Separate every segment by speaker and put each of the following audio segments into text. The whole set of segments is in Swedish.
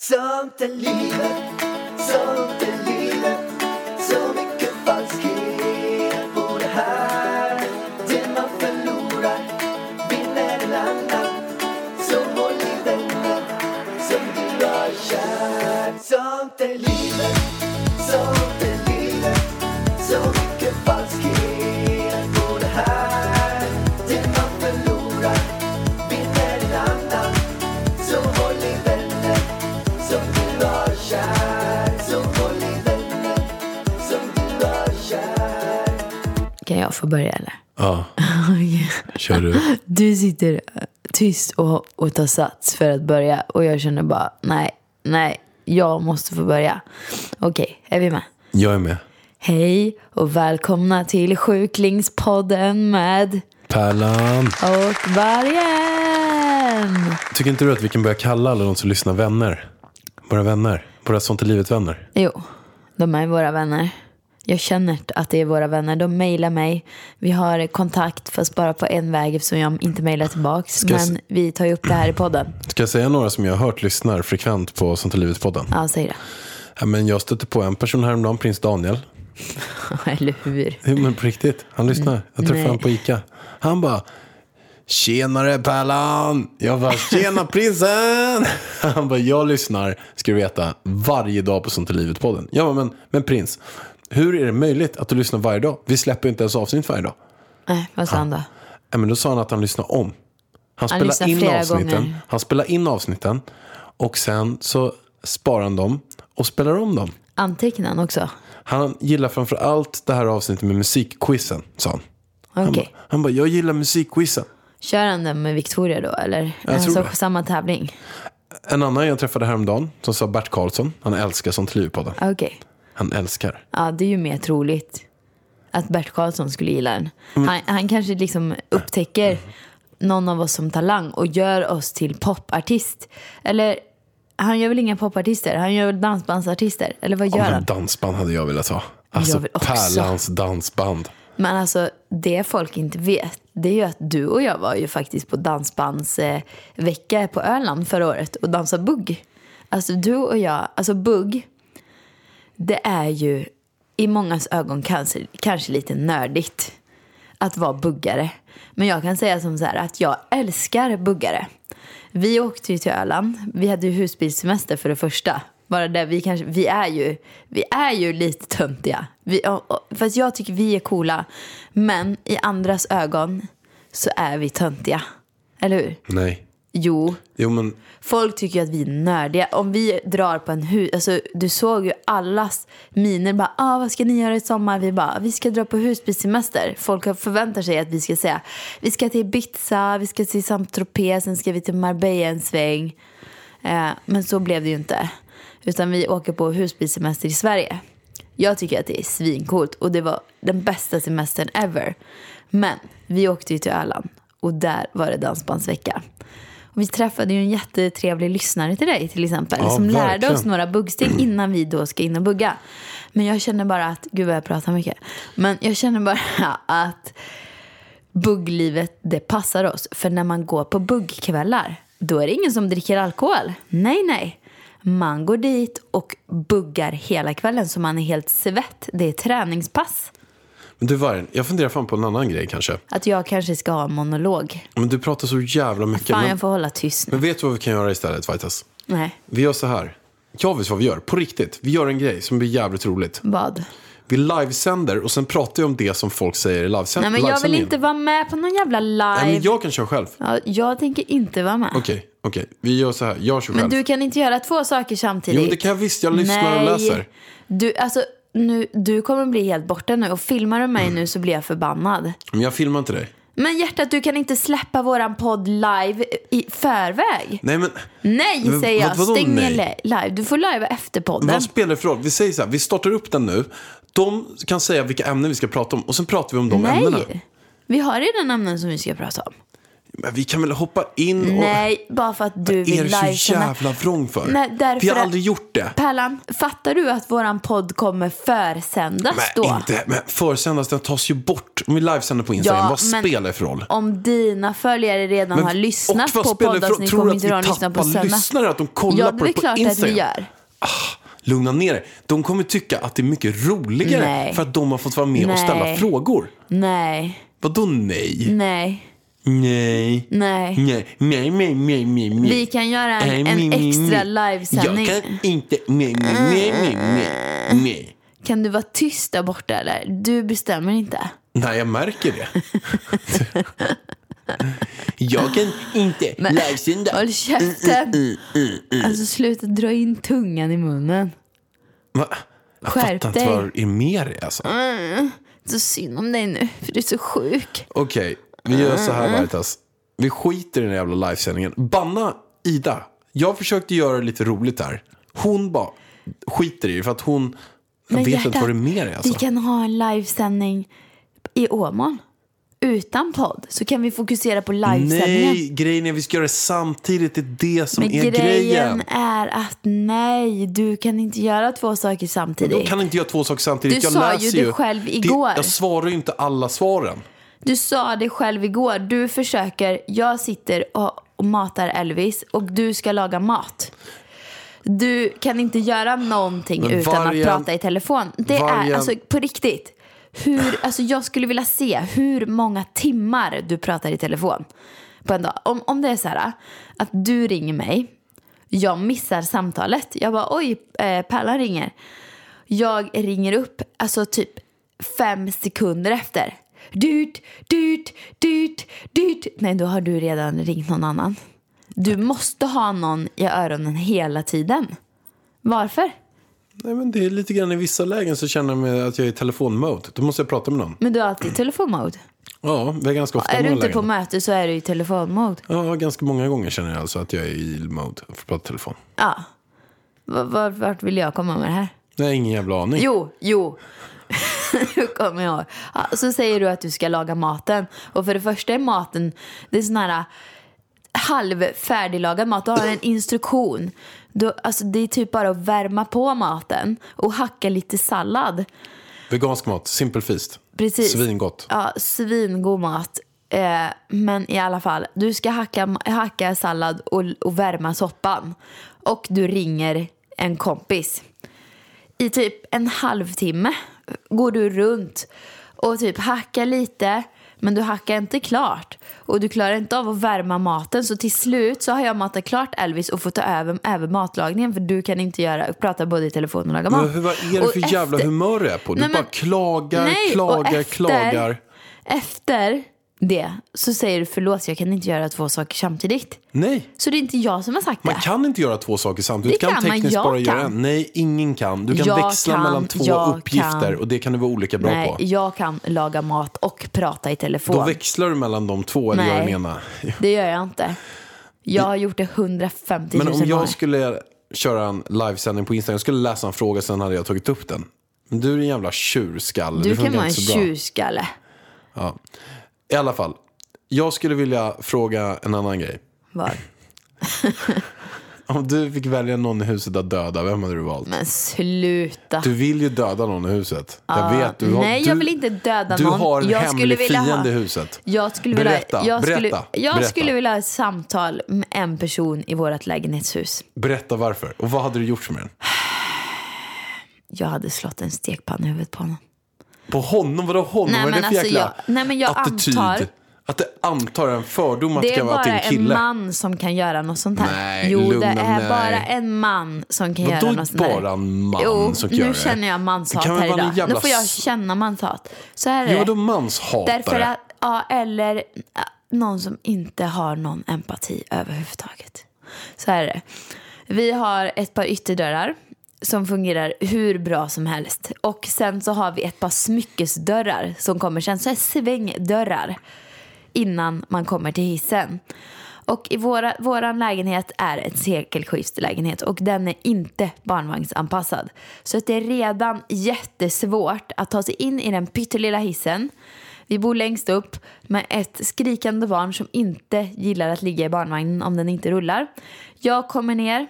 Speaker 1: Sånt är livet, sånt är livet Så mycket falskhet på det här Det man förlorar vinner en annan Så håll i vänner som du har kär Sånt är livet, sånt är livet Så mycket falskhet på det här Det man förlorar vinner en annan Så håll i vänner som du har kär Så håll i vänner som du har kär
Speaker 2: Kan jag få börja eller?
Speaker 3: Ja, kör du.
Speaker 2: Du sitter eh, tyst och, och tar sats för att börja och jag känner bara nej, nej, jag måste få börja. Okej, är vi med?
Speaker 3: Jag är med.
Speaker 2: Hej och välkomna till Sjuklingspodden med
Speaker 3: Pärlan.
Speaker 2: och vargen.
Speaker 3: Tycker inte du att vi kan börja kalla alla de som lyssnar vänner? Våra vänner. Våra Sånt är livet-vänner.
Speaker 2: Jo, de är våra vänner. Jag känner att det är våra vänner. De mejlar mig. Vi har kontakt fast bara på en väg eftersom jag inte mejlar tillbaks.
Speaker 3: jag s-
Speaker 2: Men vi tar ju upp det här i podden.
Speaker 3: Ska jag säga några som jag har hört lyssnar frekvent på Sånt är livet-podden?
Speaker 2: Ja, säg det.
Speaker 3: Ja, men jag stötte på en person häromdagen, prins Daniel.
Speaker 2: Eller hur?
Speaker 3: Jo, Men på riktigt, han lyssnar. Jag träffade
Speaker 2: Nej.
Speaker 3: honom på Ica. Han bara, tjenare Pärlan! Jag bara, tjena prinsen! Han bara, jag lyssnar, ska du veta, varje dag på Sånt är livet-podden. Jag bara, men, men prins, hur är det möjligt att du lyssnar varje dag? Vi släpper ju inte ens avsnitt varje dag.
Speaker 2: Nej, vad sa han då?
Speaker 3: Ja, men då sa han att han lyssnar om. Han
Speaker 2: Han
Speaker 3: spelar
Speaker 2: lyssnar
Speaker 3: in
Speaker 2: flera
Speaker 3: avsnitten.
Speaker 2: gånger.
Speaker 3: Han spelar in avsnitten och sen så sparar han dem och spelar om dem.
Speaker 2: Antecknar han också?
Speaker 3: Han gillar framför allt det här avsnittet med musikquizen, sa han.
Speaker 2: Okej.
Speaker 3: Han bara, han bara, jag gillar musikquizen.
Speaker 2: Kör han den med Victoria då eller?
Speaker 3: Jag
Speaker 2: alltså
Speaker 3: tror det.
Speaker 2: samma tävling?
Speaker 3: En annan jag träffade häromdagen som sa Bert Karlsson. Han älskar sånt liv på den.
Speaker 2: Okej.
Speaker 3: Han älskar.
Speaker 2: Ja, det är ju mer troligt att Bert Karlsson skulle gilla den.
Speaker 3: Mm.
Speaker 2: Han, han kanske liksom upptäcker någon av oss som talang och gör oss till popartist. Eller han gör väl inga popartister? Han gör väl dansbandsartister? Eller vad gör
Speaker 3: Ja, men
Speaker 2: han?
Speaker 3: dansband hade jag velat ha. Alltså
Speaker 2: Jag vill också.
Speaker 3: Pärlans dansband.
Speaker 2: Men alltså det folk inte vet, det är ju att du och jag var ju faktiskt på dansbandsvecka på Öland förra året och dansade bugg. Alltså du och jag, alltså bugg, det är ju i mångas ögon kanske, kanske lite nördigt att vara buggare. Men jag kan säga som så här att jag älskar buggare. Vi åkte ju till Öland, vi hade ju husbilssemester för det första. Bara det, vi, kanske, vi, är ju, vi är ju lite töntiga. Vi, och, och, fast jag tycker vi är coola. Men i andras ögon så är vi töntiga. Eller hur?
Speaker 3: Nej.
Speaker 2: Jo.
Speaker 3: Jo men,
Speaker 2: Folk tycker ju att vi är nördiga. Om vi drar på en hus... Alltså, du såg ju allas miner. Bara, ah, vad ska ni göra i sommar? Vi bara, vi ska dra på husbilssemester. Folk har- förväntar sig att vi ska säga, vi ska till Ibiza, vi ska till Saint-Tropez, sen ska vi till Marbella en sväng. Eh, men så blev det ju inte. Utan vi åker på husbilssemester i Sverige. Jag tycker att det är svincoolt och det var den bästa semestern ever. Men vi åkte ju till Öland och där var det dansbandsvecka. Och vi träffade ju en jättetrevlig lyssnare till dig till exempel.
Speaker 3: Ja,
Speaker 2: som lärde oss
Speaker 3: verkligen.
Speaker 2: några buggsteg innan vi då ska in och bugga. Men jag känner bara att, gud vad jag pratar mycket. Men jag känner bara att bugglivet, det passar oss. För när man går på buggkvällar, då är det ingen som dricker alkohol. Nej, nej. Man går dit och buggar hela kvällen så man är helt svett. Det är träningspass.
Speaker 3: men du Vargen, jag funderar fan på en annan grej kanske.
Speaker 2: Att jag kanske ska ha en monolog.
Speaker 3: Men du pratar så jävla mycket.
Speaker 2: Fan,
Speaker 3: men,
Speaker 2: jag får hålla tyst nu.
Speaker 3: men vet du vad vi kan göra istället Vaitas?
Speaker 2: Nej,
Speaker 3: Vi gör så här. Jag vet vad vi gör, på riktigt. Vi gör en grej som blir jävligt roligt.
Speaker 2: vad?
Speaker 3: Vi livesänder och sen pratar vi om det som folk säger i livesänd-
Speaker 2: Nej, men jag vill
Speaker 3: livesändningen.
Speaker 2: inte vara med på någon jävla
Speaker 3: Nej, men
Speaker 2: live.
Speaker 3: jag kan köra själv.
Speaker 2: Ja, jag tänker inte vara med.
Speaker 3: Okej, okej. Vi gör så här. Jag kör själv.
Speaker 2: Men du kan inte göra två saker
Speaker 3: Jo,
Speaker 2: samtidigt.
Speaker 3: men det kan jag visst. Jag lyssnar och läser.
Speaker 2: Du, alltså, nu, du kommer bli helt borta nu och filmar du
Speaker 3: Mm.
Speaker 2: mig nu så blir jag förbannad.
Speaker 3: Men jag filmar inte dig.
Speaker 2: Men hjärtat, du kan inte släppa våran podd live i förväg.
Speaker 3: Nej, men
Speaker 2: Nej,
Speaker 3: Men
Speaker 2: säger jag.
Speaker 3: vad- vadå
Speaker 2: Stäng
Speaker 3: nej?
Speaker 2: li- live. Du får live efter podden.
Speaker 3: vad spelar det för roll? Vi säger så här. Vi startar upp den nu. De kan säga vilka ämnena vi ska prata om och sen pratar vi om de ämnena.
Speaker 2: Nej. Vi har redan ämnen som vi ska prata om.
Speaker 3: Men vi kan väl hoppa in och...
Speaker 2: Nej, bara för att du
Speaker 3: Är
Speaker 2: vill
Speaker 3: du så
Speaker 2: livesända.
Speaker 3: jävla vrång för?
Speaker 2: Nej, därför
Speaker 3: vi har
Speaker 2: att-
Speaker 3: aldrig gjort det.
Speaker 2: Pärlan, fattar du att våran podd kommer försändas då?
Speaker 3: Men inte, men försändas, den tas ju bort. Om vi livesänder på Instagram, vad
Speaker 2: men
Speaker 3: spelar det för roll?
Speaker 2: Om dina följare redan har lyssnat
Speaker 3: och vad
Speaker 2: på
Speaker 3: spelar det för roll?
Speaker 2: poddavsnitt
Speaker 3: Tror
Speaker 2: kommer
Speaker 3: du att
Speaker 2: inte
Speaker 3: vi
Speaker 2: de lyssna på
Speaker 3: tappar
Speaker 2: söndag.
Speaker 3: lyssnare? Att de kollar
Speaker 2: ja,
Speaker 3: på
Speaker 2: det
Speaker 3: det
Speaker 2: är
Speaker 3: på
Speaker 2: klart att vi
Speaker 3: Instagram?
Speaker 2: gör.
Speaker 3: Ah, Lugna ner er. De kommer tycka att det är mycket roligare
Speaker 2: Nej.
Speaker 3: för att de har fått vara med och ställa
Speaker 2: Nej.
Speaker 3: frågor.
Speaker 2: Nej,
Speaker 3: Vadå nej?
Speaker 2: nej,
Speaker 3: Nej.
Speaker 2: nej.
Speaker 3: Nej, nej, nej, nej, nej. nej.
Speaker 2: Vi kan göra en,
Speaker 3: Mm. Nej,
Speaker 2: en
Speaker 3: nej, nej,
Speaker 2: extra
Speaker 3: nej.
Speaker 2: livesändning. Kan...
Speaker 3: Jag kan inte. Nej, nej, nej, nej, nej, nej.
Speaker 2: du vara tyst där borta eller? Du bestämmer inte.
Speaker 3: Nej, jag märker det. jag kan inte
Speaker 2: Men-
Speaker 3: livesända.
Speaker 2: Håll
Speaker 3: Mm,
Speaker 2: käften! Alltså sluta dra in tungan i munnen.
Speaker 3: Va? Jag
Speaker 2: Skärp
Speaker 3: fattar inte
Speaker 2: dig.
Speaker 3: vad det är med dig alltså.
Speaker 2: Så synd om dig nu, för du är så sjuk.
Speaker 3: Okej, vi gör så här Vartas. Vi skiter i den här jävla livesändningen. Banna Ida. Jag försökte göra det lite roligt där. Hon bara skiter i det för att hon... Jag vet inte
Speaker 2: hjärtat,
Speaker 3: vad det är med dig alltså.
Speaker 2: Vi kan ha en livesändning i Åmål. Utan podd. Så kan vi fokusera på livesändningen.
Speaker 3: Nej, grejen är att vi ska göra det samtidigt. Det är det som
Speaker 2: Men
Speaker 3: är
Speaker 2: grejen,
Speaker 3: grejen.
Speaker 2: är att nej, du kan inte göra två saker
Speaker 3: Jag
Speaker 2: samtidigt.
Speaker 3: kan inte göra två saker samtidigt.
Speaker 2: Du
Speaker 3: jag
Speaker 2: sa ju
Speaker 3: läser
Speaker 2: det själv igår.
Speaker 3: Det, jag svarar ju inte alla svaren.
Speaker 2: Du sa det själv igår. Du försöker, jag sitter och, och matar Elvis och du ska laga mat. Du kan inte göra någonting
Speaker 3: Men
Speaker 2: utan
Speaker 3: vargen-
Speaker 2: att prata i telefon. Det
Speaker 3: vargen-
Speaker 2: är alltså på riktigt. Hur, alltså jag skulle vilja se hur många timmar du pratar i telefon på en dag. Om, om det är så här att du ringer mig, jag missar samtalet. Jag bara oj, eh, Pärlan ringer. Jag ringer upp, alltså typ fem sekunder efter. Dyrt, dyrt, dyrt, dyrt. Nej, då har du redan ringt någon annan. Du måste ha någon i öronen hela tiden. Varför?
Speaker 3: Nej, men det är lite grann i vissa lägen så känner jag mig att jag är i telefonmode. Då måste jag prata med någon.
Speaker 2: Men du är alltid i telefonmode.
Speaker 3: Ja, det är ganska ofta
Speaker 2: Är du
Speaker 3: många
Speaker 2: inte
Speaker 3: lägen.
Speaker 2: på möte så är du i telefonmode.
Speaker 3: Ja, ganska många gånger känner jag alltså att jag är i mode för att prata telefon.
Speaker 2: Ja. Va- va- Vart vill jag komma med det här?
Speaker 3: Nej, ingen jävla aning.
Speaker 2: Jo, jo. Nu kommer jag ihåg. ja, Så säger du att du ska laga maten. Och för det första är maten, det är sån här äh, halvfärdiglagad mat. Du har en instruktion. Du, alltså, det är typ bara att värma på maten och hacka lite sallad.
Speaker 3: Vegansk mat, simple feast.
Speaker 2: Precis.
Speaker 3: Svingott.
Speaker 2: Ja, svingod mat. Eh, men i alla fall, du ska hacka, hacka sallad och, och värma soppan. Och du ringer en kompis. I typ en halvtimme går du runt och typ hackar lite men du hackar inte klart. Och du klarar inte av att värma maten så till slut så har jag matat klart Elvis och får ta över, över matlagningen för du kan inte göra, prata både i telefon och laga mat.
Speaker 3: Men hur- vad är det
Speaker 2: Och
Speaker 3: för jävla
Speaker 2: efter-
Speaker 3: humör du är på? Du
Speaker 2: Nej, men-
Speaker 3: bara klagar,
Speaker 2: Nej, och
Speaker 3: klagar,
Speaker 2: efter-
Speaker 3: klagar.
Speaker 2: Efter det så säger du förlåt, jag kan inte göra två saker samtidigt.
Speaker 3: Nej,
Speaker 2: Så det är inte jag som har sagt
Speaker 3: man
Speaker 2: det.
Speaker 3: kan inte göra två saker samtidigt.
Speaker 2: Det
Speaker 3: Du kan
Speaker 2: kan man,
Speaker 3: tekniskt
Speaker 2: jag
Speaker 3: bara göra
Speaker 2: kan.
Speaker 3: en. Nej, ingen kan. Du kan
Speaker 2: Jag
Speaker 3: växla
Speaker 2: kan,
Speaker 3: mellan två
Speaker 2: jag
Speaker 3: uppgifter
Speaker 2: kan.
Speaker 3: och det kan du vara olika bra
Speaker 2: Nej,
Speaker 3: på.
Speaker 2: jag kan laga mat och prata i telefon.
Speaker 3: Då växlar du mellan de två, eller
Speaker 2: Nej.
Speaker 3: gör den ena.
Speaker 2: Det gör jag inte. Jag har gjort det 150 000
Speaker 3: Men om
Speaker 2: gånger.
Speaker 3: jag skulle köra en livesändning på Instagram, jag skulle läsa en fråga, sen hade jag tagit upp den. Men du är en jävla tjurskalle.
Speaker 2: Du
Speaker 3: det
Speaker 2: kan
Speaker 3: funkar
Speaker 2: vara en
Speaker 3: inte så bra.
Speaker 2: tjurskalle.
Speaker 3: I alla fall, jag skulle vilja fråga en annan grej.
Speaker 2: Var.
Speaker 3: Om du fick välja någon i huset att döda, vem hade du valt?
Speaker 2: Men sluta.
Speaker 3: Du vill ju döda någon i huset. jag vet. Du har,
Speaker 2: Nej,
Speaker 3: du,
Speaker 2: jag vill inte döda
Speaker 3: du
Speaker 2: någon.
Speaker 3: har en
Speaker 2: jag
Speaker 3: hemlig fiende
Speaker 2: ha-
Speaker 3: i huset.
Speaker 2: Jag skulle
Speaker 3: Berätta,
Speaker 2: vilja, jag
Speaker 3: berätta,
Speaker 2: skulle, jag
Speaker 3: berätta.
Speaker 2: skulle vilja ha ett samtal med en person i vårt lägenhetshus.
Speaker 3: Berätta varför. Och vad hade du gjort med den?
Speaker 2: Jag hade slått en stekpanna i huvudet på honom.
Speaker 3: På honom? Vadå honom?
Speaker 2: Nej,
Speaker 3: vad är det
Speaker 2: men
Speaker 3: för
Speaker 2: alltså,
Speaker 3: jäkla
Speaker 2: jag- nej, men jag
Speaker 3: attityd?
Speaker 2: antar-
Speaker 3: Att det antar en fördom att det
Speaker 2: Det är
Speaker 3: kan vara att det är
Speaker 2: bara
Speaker 3: en
Speaker 2: en
Speaker 3: kille?
Speaker 2: man som kan göra något sånt här.
Speaker 3: Nej,
Speaker 2: jo,
Speaker 3: lugna
Speaker 2: det är
Speaker 3: mig.
Speaker 2: bara en man som kan
Speaker 3: Vadå
Speaker 2: göra något sånt här.
Speaker 3: bara en man
Speaker 2: jo,
Speaker 3: som kan
Speaker 2: nu
Speaker 3: göra det?
Speaker 2: känner jag manshat
Speaker 3: Det kan väl
Speaker 2: här
Speaker 3: vara en
Speaker 2: idag.
Speaker 3: jävla
Speaker 2: Nu får jag
Speaker 3: s-
Speaker 2: känna manshat. Så här är
Speaker 3: Jo, vadå
Speaker 2: det.
Speaker 3: manshatare?
Speaker 2: Därför att, ja, eller ja, någon som inte har någon empati överhuvudtaget. Så här är det. Vi har ett par ytterdörrar som fungerar hur bra som helst. Och sen så har vi ett par smyckesdörrar som kommer sen. Så här svängdörrar innan man kommer till hissen. Och i våra, våran lägenhet är en cirkelskiftlägenhet och den är inte barnvagnsanpassad. Så att det är redan jättesvårt att ta sig in i den pyttelilla hissen. Vi bor längst upp med ett skrikande barn som inte gillar att ligga i barnvagnen om den inte rullar. Jag kommer ner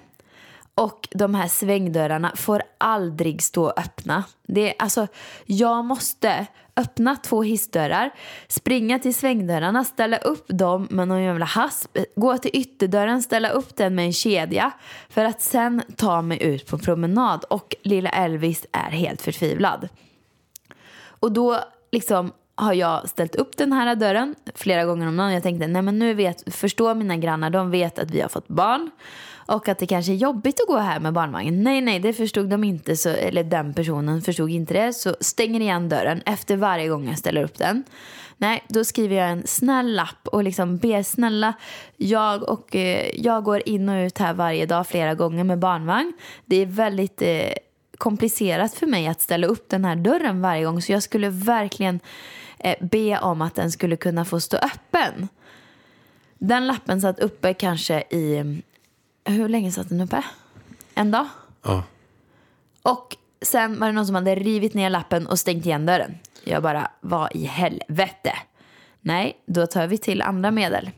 Speaker 2: och de här svängdörrarna får aldrig stå öppna. Det är, alltså, jag måste öppna två hissdörrar, springa till svängdörrarna, ställa upp dem med någon jävla hasp, gå till ytterdörren, ställa upp den med en kedja för att sen ta mig ut på promenad och lilla Elvis är helt förtvivlad. Och då liksom har jag ställt upp den här dörren flera gånger om dagen. Jag tänkte, nej men nu vet, förstår mina grannar, de vet att vi har fått barn och att det kanske är jobbigt att gå här med barnvagn. Nej, nej, det förstod de inte, så, eller den personen förstod inte det, så stänger igen dörren efter varje gång jag ställer upp den. Nej, då skriver jag en snäll lapp och liksom ber snälla, jag, och, eh, jag går in och ut här varje dag flera gånger med barnvagn. Det är väldigt eh, komplicerat för mig att ställa upp den här dörren varje gång så jag skulle verkligen eh, be om att den skulle kunna få stå öppen. Den lappen satt uppe kanske i, eh, hur länge satt den uppe? En dag?
Speaker 3: Ja.
Speaker 2: Och sen var det någon som hade rivit ner lappen och stängt igen dörren. Jag bara, vad i helvete? Nej, då tar vi till andra medel.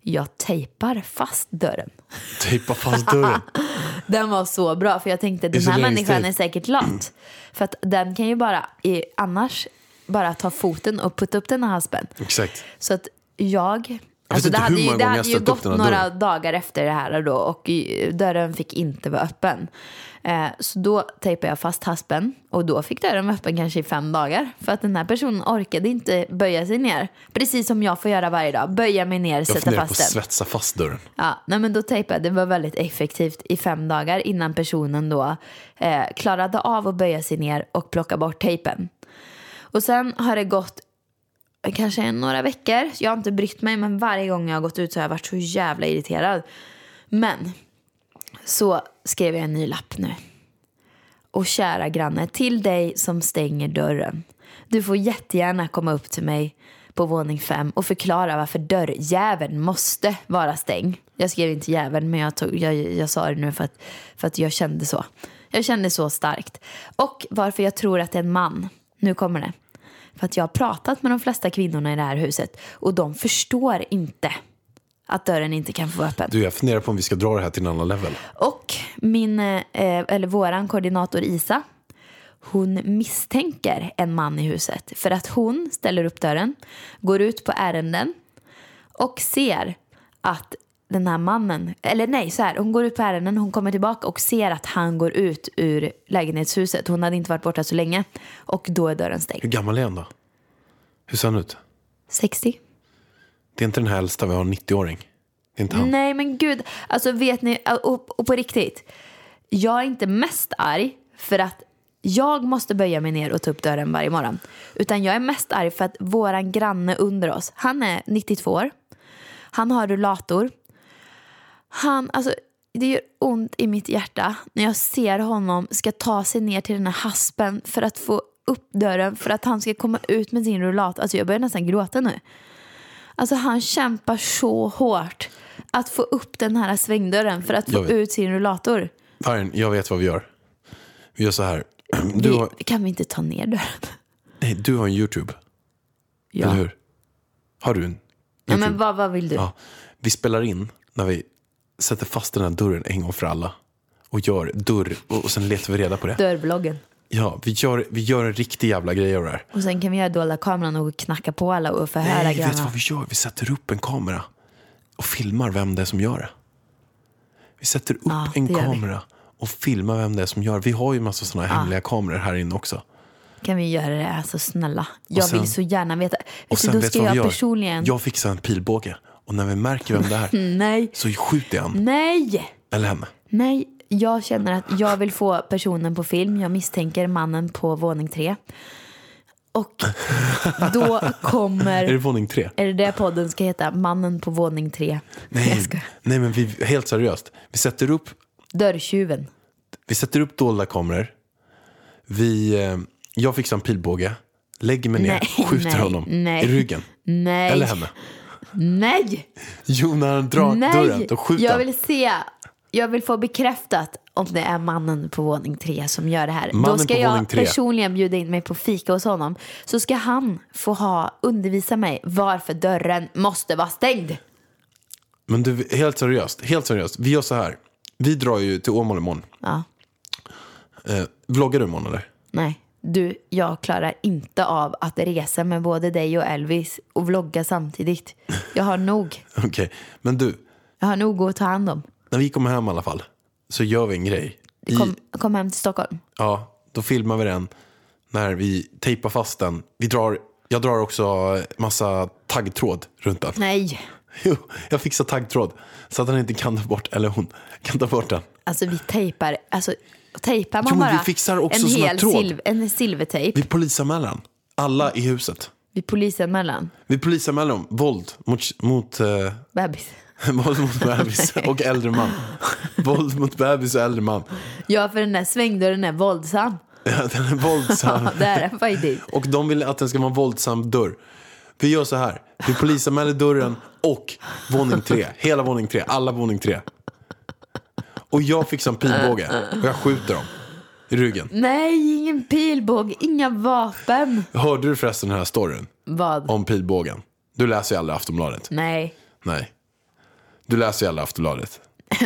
Speaker 2: Jag tejpar fast dörren.
Speaker 3: Tejpa fast dörren.
Speaker 2: Den var så bra för jag tänkte den
Speaker 3: så
Speaker 2: här
Speaker 3: länge
Speaker 2: människan
Speaker 3: steg.
Speaker 2: är säkert lat. För att den kan ju bara i, annars bara ta foten och putta upp den här haspen.
Speaker 3: Exakt.
Speaker 2: Så att jag,
Speaker 3: Jag vet
Speaker 2: alltså det
Speaker 3: inte
Speaker 2: hade
Speaker 3: hur
Speaker 2: ju,
Speaker 3: många
Speaker 2: det
Speaker 3: gånger jag
Speaker 2: hade ju
Speaker 3: stött upp
Speaker 2: gått
Speaker 3: den här
Speaker 2: några
Speaker 3: dörren.
Speaker 2: dagar efter det här då och i- dörren fick inte vara öppen. Eh, så då tejpade jag fast haspen och då fick dörren vara öppen kanske i fem dagar. För att den här personen orkade inte böja sig ner. Precis som jag får göra varje dag, böja mig ner,
Speaker 3: Jag
Speaker 2: sätta
Speaker 3: funderar på
Speaker 2: fast
Speaker 3: att
Speaker 2: den.
Speaker 3: svetsa fast dörren.
Speaker 2: Ja, nej men då tejpade jag. Det var väldigt effektivt i fem dagar innan personen då eh, klarade av att böja sig ner och plocka bort tejpen. Och sen har det gått eh, kanske några veckor. Jag har inte brytt mig men varje gång jag har gått ut så har jag varit så jävla irriterad. Men så skrev jag en ny lapp nu. Och kära granne, till dig som stänger dörren. Du får jättegärna komma upp till mig på våning fem och förklara varför dörrjäveln måste vara stängd. Jag skrev inte jäveln, men jag, tog, jag, jag sa det nu för att, för att jag kände så. Jag kände så starkt. Och varför jag tror att det är en man. Nu kommer det. För att jag har pratat med de flesta kvinnorna i det här huset och de förstår inte att dörren inte kan få vara öppen.
Speaker 3: Du, jag funderar på om vi ska dra det här till en annan level.
Speaker 2: Och min, eh, eller våran koordinator Isa, hon misstänker en man i huset för att hon ställer upp dörren, går ut på ärenden och ser att den här mannen, eller nej så här, hon går ut på ärenden, hon kommer tillbaka och ser att han går ut ur lägenhetshuset. Hon hade inte varit borta så länge och då är dörren
Speaker 3: Hur
Speaker 2: stängd.
Speaker 3: gammal är han då? Hur ser han ut?
Speaker 2: 60.
Speaker 3: Det är inte den här äldsta vi har, en 90-åring. Det är inte han.
Speaker 2: Nej men gud, alltså vet ni, och, och på riktigt. Jag är inte mest arg för att jag måste böja mig ner och ta upp dörren varje morgon. Utan jag är mest arg för att våran granne under oss, han är 92 år. Han har rullator. Han, alltså det gör ont i mitt hjärta när jag ser honom ska ta sig ner till den här haspen för att få upp dörren för att han ska komma ut med sin rullator. Alltså jag börjar nästan gråta nu. Alltså han kämpar så hårt att få upp den här svängdörren för att
Speaker 3: Jag
Speaker 2: få
Speaker 3: vet.
Speaker 2: ut sin rullator.
Speaker 3: Vargen, jag vet vad vi gör. Vi gör så här. Du
Speaker 2: Vi,
Speaker 3: har,
Speaker 2: Kan vi inte ta ner dörren?
Speaker 3: nej, du har en YouTube, eller hur? Har du en?
Speaker 2: ja men vad, vad vill du?
Speaker 3: Ja. Vi spelar in när vi sätter fast den här dörren en gång för alla. Och gör dörr och och sen letar vi reda på det.
Speaker 2: Dörrbloggen.
Speaker 3: Ja, vi gör, vi gör en riktig jävla grej av det här.
Speaker 2: Och sen kan vi göra dolda kameran och knacka på alla och förhöra
Speaker 3: Nej, vet du
Speaker 2: grannarna.
Speaker 3: vad vi gör? Vi sätter upp en kamera och filmar vem det är som gör det. Vi sätter upp
Speaker 2: Ja,
Speaker 3: en
Speaker 2: det gör vi.
Speaker 3: kamera och filmar vem det är som gör det. Vi har ju massa sådana hemliga kameror här inne också.
Speaker 2: Kan vi göra det? Alltså snälla. Jag
Speaker 3: sen-
Speaker 2: vill så gärna veta.
Speaker 3: Och
Speaker 2: Vet du,
Speaker 3: sen
Speaker 2: då
Speaker 3: vet du
Speaker 2: ska
Speaker 3: vad
Speaker 2: jag
Speaker 3: vi gör?
Speaker 2: personligen... Mm.
Speaker 3: Jag fixar en pilbåge. Och när vi märker vem det är
Speaker 2: Nej.
Speaker 3: så skjuter jag han
Speaker 2: Nej!
Speaker 3: eller henne.
Speaker 2: Nej, jag känner att jag vill få personen på film. Jag misstänker mannen på våning tre. Och då kommer...
Speaker 3: Är det våning tre?
Speaker 2: Är det det podden ska heta? Mannen på våning tre. Jag
Speaker 3: Nej,
Speaker 2: ska...
Speaker 3: nej men vi, helt seriöst. Vi sätter upp,
Speaker 2: Dörrtjuven.
Speaker 3: vi sätter upp dolda kameror. Vi, eh, jag fixar en pilbåge. Lägger mig ner,
Speaker 2: Nej,
Speaker 3: skjuter
Speaker 2: nej,
Speaker 3: honom
Speaker 2: nej.
Speaker 3: i ryggen.
Speaker 2: Nej.
Speaker 3: Eller henne.
Speaker 2: Nej!
Speaker 3: Jo, när han drar
Speaker 2: Nej!
Speaker 3: dörren, då skjuter
Speaker 2: jag
Speaker 3: han.
Speaker 2: vill se. Jag vill få bekräftat om det är mannen på våning tre som gör det här.
Speaker 3: Mannen
Speaker 2: då ska
Speaker 3: på våning
Speaker 2: jag
Speaker 3: tre.
Speaker 2: personligen bjuda in mig på fika hos honom. Så ska han få ha, undervisa mig varför dörren måste vara stängd.
Speaker 3: Men du, helt seriöst, helt seriöst. Vi gör så här. Vi drar ju till Åmål imorgon.
Speaker 2: Ja,
Speaker 3: Eh, vloggar du imorgon eller?
Speaker 2: nej. Du, jag klarar inte av att resa med både dig och Elvis och vlogga samtidigt. Jag har nog.
Speaker 3: Okej, men du.
Speaker 2: Jag har nog att ta hand om.
Speaker 3: När vi kommer hem i alla fall så gör vi en grej. I,
Speaker 2: Kom, kom hem till Stockholm.
Speaker 3: ja, då filmar vi den när vi tejpar fast den. Vi drar, jag drar också massa taggtråd runt den.
Speaker 2: Nej,
Speaker 3: Jo, jag fixar taggtråd så att han inte kan ta bort, eller hon, kan ta bort den.
Speaker 2: alltså vi tejpar, alltså tejpar man
Speaker 3: Jo, men
Speaker 2: bara
Speaker 3: vi fixar också
Speaker 2: en
Speaker 3: sån här
Speaker 2: hel
Speaker 3: tråd.
Speaker 2: silv, en silvertejp
Speaker 3: Vi polisanmäler den. Alla i huset.
Speaker 2: vid polisanmälan.
Speaker 3: Vi polisanmäler om våld mot, mot eh,
Speaker 2: Bebis.
Speaker 3: Våld mot bebis och äldre man. Våld mot bebis och äldre man.
Speaker 2: Ja, för den där svängdörren är våldsam.
Speaker 3: Ja, Den är våldsam.
Speaker 2: Ja, det är den faktiskt.
Speaker 3: Och de vill att den ska vara en våldsam dörr. Vi gör så här. Vi polisanmäler dörren och våning tre. Hela våning tre. Alla våning tre. Och jag fixar en pilbåge. Och jag skjuter dem. I ryggen.
Speaker 2: Nej, ingen pilbåge, inga vapen.
Speaker 3: Hörde du förresten den här storyn?
Speaker 2: Vad?
Speaker 3: Om pilbågen. Du läser ju aldrig Aftonbladet.
Speaker 2: Nej.
Speaker 3: Nej. Du läser ju aldrig Aftonbladet.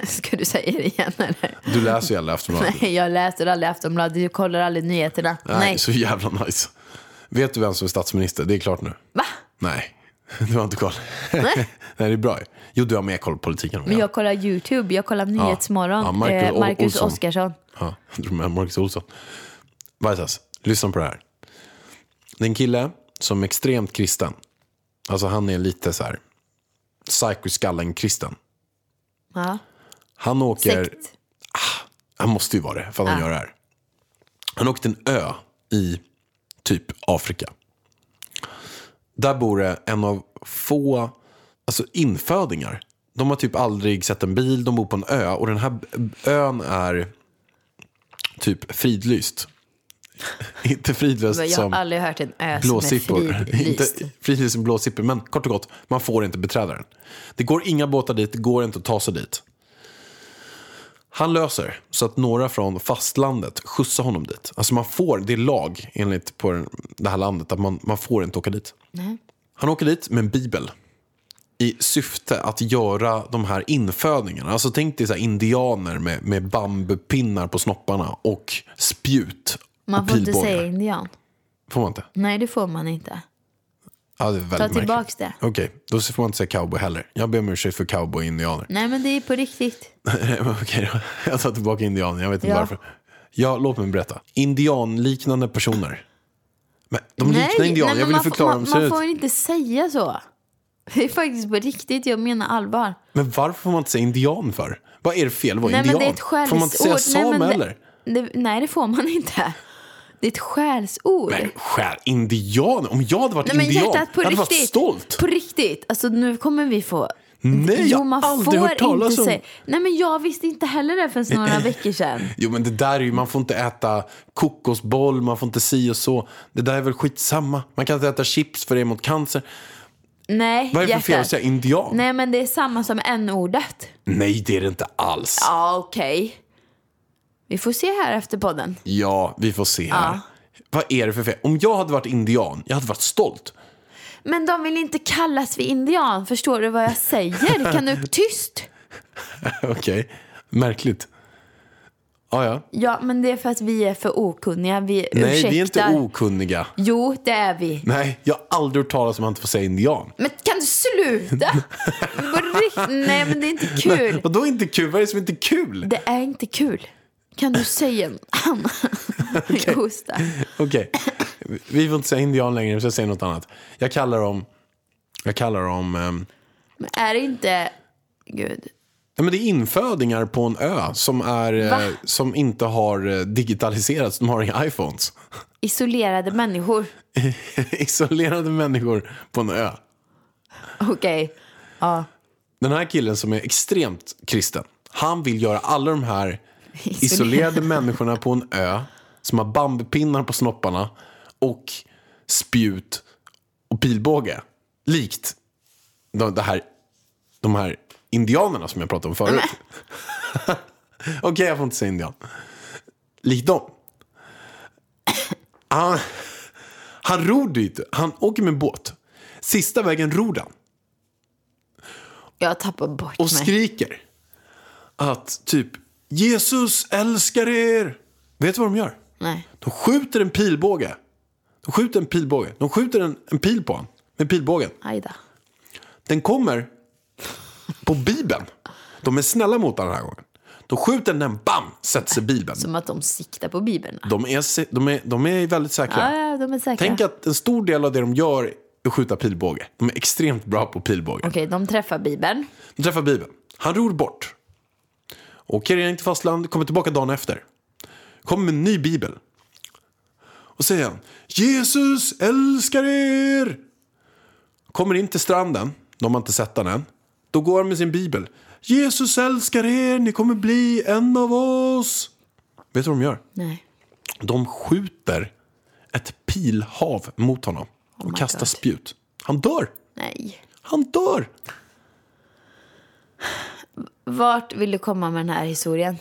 Speaker 2: Ska du säga det igen eller?
Speaker 3: Du läser ju aldrig Aftonbladet.
Speaker 2: Nej, jag läser aldrig Aftonbladet, jag kollar aldrig nyheterna.
Speaker 3: Nej,
Speaker 2: Nej.
Speaker 3: så jävla nice. Vet du vem som är statsminister? Det är klart nu.
Speaker 2: Va?
Speaker 3: Nej, du har inte koll. Nej, det är bra ju. Jo, du har mer koll på politiken. än
Speaker 2: Men
Speaker 3: jag.
Speaker 2: jag kollar YouTube, jag kollar Nyhetsmorgon. Eh,
Speaker 3: Ja, Marcus O-
Speaker 2: Marcus
Speaker 3: Olsson.
Speaker 2: Oskarsson.
Speaker 3: Ja, jag tror med Marcus Olsson. Vajsas, lyssna på det här. Det är en kille som är extremt kristen. Alltså han är lite så här psykoskallen-kristen.
Speaker 2: Ja.
Speaker 3: Han åker...
Speaker 2: Sekt.
Speaker 3: Han måste ju vara det, för att han gör det här. Han åkte till en ö i typ Afrika. Där bor det en av få alltså infödingar. De har typ aldrig sett en bil, de bor på en ö och den här b- ön är typ fridlyst. Inte fridlöst
Speaker 2: Men jag har
Speaker 3: som
Speaker 2: aldrig hört en ö som är
Speaker 3: blåsippor. Inte
Speaker 2: fridlyst.
Speaker 3: fridlyst som blåsippor, men kort och gott, man får inte beträda den. Det går inga båtar dit, det går inte att ta sig dit. Han löser så att några från fastlandet skjutsar honom dit. Alltså man får, det är lag enligt på den- det här landet att man, man får inte åka dit.
Speaker 2: Nej.
Speaker 3: Han åker dit med en bibel i syfte att göra de här infödingarna. Alltså tänk dig så här indianer med, med bambupinnar på snopparna och spjut
Speaker 2: Man
Speaker 3: och
Speaker 2: får inte
Speaker 3: pilbågar.
Speaker 2: säga indian.
Speaker 3: Får man inte?
Speaker 2: Nej, det får man inte.
Speaker 3: Ja, det är väldigt
Speaker 2: Ta
Speaker 3: märkligt.
Speaker 2: tillbaks det.
Speaker 3: Okej, då får man inte säga cowboy heller. Jag ber om ursäkt för cowboy och indianer.
Speaker 2: Nej, men det är på riktigt.
Speaker 3: Okej då. Jag tar tillbaka indianer, jag vet inte
Speaker 2: Ja.
Speaker 3: varför. Ja, låt mig berätta. Indianliknande personer. Men de
Speaker 2: Nej,
Speaker 3: liknar indianer,
Speaker 2: nej, men
Speaker 3: jag ville
Speaker 2: man,
Speaker 3: förklara hur
Speaker 2: man,
Speaker 3: de ser
Speaker 2: man
Speaker 3: ut.
Speaker 2: får inte säga så. Det är faktiskt på riktigt, jag menar allvar.
Speaker 3: Men varför får man inte säga indian för? Vad är det fel att vara
Speaker 2: Nej,
Speaker 3: indian?
Speaker 2: men det är ett skällsord.
Speaker 3: får man inte säga
Speaker 2: Nej,
Speaker 3: sam
Speaker 2: men det-
Speaker 3: heller?
Speaker 2: Det, nej, det får man inte. Det är ett skällsord.
Speaker 3: Men skär, indian? Om jag hade varit
Speaker 2: Nej, men
Speaker 3: indian,
Speaker 2: hjärtat på
Speaker 3: jag hade varit
Speaker 2: riktigt.
Speaker 3: stolt.
Speaker 2: På riktigt. Alltså nu kommer vi få...
Speaker 3: Nej, jag har aldrig hört talas
Speaker 2: inte
Speaker 3: om-
Speaker 2: säga- Nej, men jag visste inte heller det förrän några veckor sedan.
Speaker 3: Jo men det där är ju, man får inte äta kokosboll, man får inte si och så. Det där är väl skitsamma. Man kan inte äta chips för det är mot cancer.
Speaker 2: Nej,
Speaker 3: Vad är det för
Speaker 2: hjärtat.
Speaker 3: fel att säga indian? Nej.
Speaker 2: Nej, men det är samma som n-ordet.
Speaker 3: det är det inte alls. Ja,
Speaker 2: Ja, okej. Vi får se här efter podden.
Speaker 3: vi får se här.
Speaker 2: Ja.
Speaker 3: Vad är det för fel? Om jag hade varit indian, jag hade varit stolt.
Speaker 2: Men de vill inte kallas för indian, förstår du vad jag säger? Kan du tyst?
Speaker 3: Okej, märkligt. Ja, ja.
Speaker 2: Ja, men det är för att vi är för okunniga. Vi
Speaker 3: Nej,
Speaker 2: ursäktar.
Speaker 3: vi är inte okunniga.
Speaker 2: Jo, det är vi.
Speaker 3: Nej, jag har aldrig hört talas om att man inte får säga indian.
Speaker 2: Men kan du sluta? På rikt- Nej, men det är inte kul.
Speaker 3: Vadå inte kul? Vad är det som inte är kul?
Speaker 2: Det är inte kul. Kan du säga en annan? Jag hostar.
Speaker 3: Okej, vi får inte säga indian längre, vi ska säga något annat. Jag kallar dem... Jag kallar dem... ehm,
Speaker 2: Men är det inte... Gud.
Speaker 3: Nej, men det är infödingar på en ö som, är,
Speaker 2: Va?
Speaker 3: eh, som inte har eh, digitaliserats. De har inga iPhones.
Speaker 2: Isolerade människor.
Speaker 3: Isolerade människor på en ö.
Speaker 2: Okej. Ja.
Speaker 3: Den här killen som är extremt kristen, han vill göra alla de här isolerade människorna på en ö som har bambupinnar på snopparna och spjut och pilbåge likt de, det här, de här indianerna som jag pratade om förut. Okej, jag får inte säga indian. Lik dem. Han, han ror dit. Han åker med båt. Sista vägen ror han.
Speaker 2: Jag tappar bort
Speaker 3: Och
Speaker 2: mig.
Speaker 3: skriker att typ Jesus älskar er. Vet du vad de gör?
Speaker 2: Nej.
Speaker 3: De skjuter en pilbåge. De skjuter en pilbåge. De skjuter en, en pil på honom med pilbågen.
Speaker 2: Aj då.
Speaker 3: Den kommer på Bibeln. De är snälla mot den den här gången. De skjuter den, bam, sätter sig Bibeln.
Speaker 2: Som att de siktar på Bibeln.
Speaker 3: De är, se- de är, de är väldigt säkra.
Speaker 2: Ja, ja, de är säkra.
Speaker 3: Tänk
Speaker 2: Okej,
Speaker 3: att en stor del av det de gör är att skjuta pilbåge. De är extremt bra på pilbåge.
Speaker 2: de träffar Bibeln.
Speaker 3: De träffar Bibeln. Han ror bort. Åker igen till fastland, kommer tillbaka dagen efter. Kommer med en ny bibel. Och säger han Jesus älskar er! Kommer in till stranden, de har inte sett den än. Då går han med sin bibel. Jesus älskar er, ni kommer bli en av oss. Vet du vad de gör?
Speaker 2: Nej.
Speaker 3: De skjuter ett pilhav mot honom och
Speaker 2: Oh my
Speaker 3: kastar
Speaker 2: God.
Speaker 3: spjut. Han dör!
Speaker 2: Nej.
Speaker 3: Han dör!
Speaker 2: Vart vill du komma med den här historien?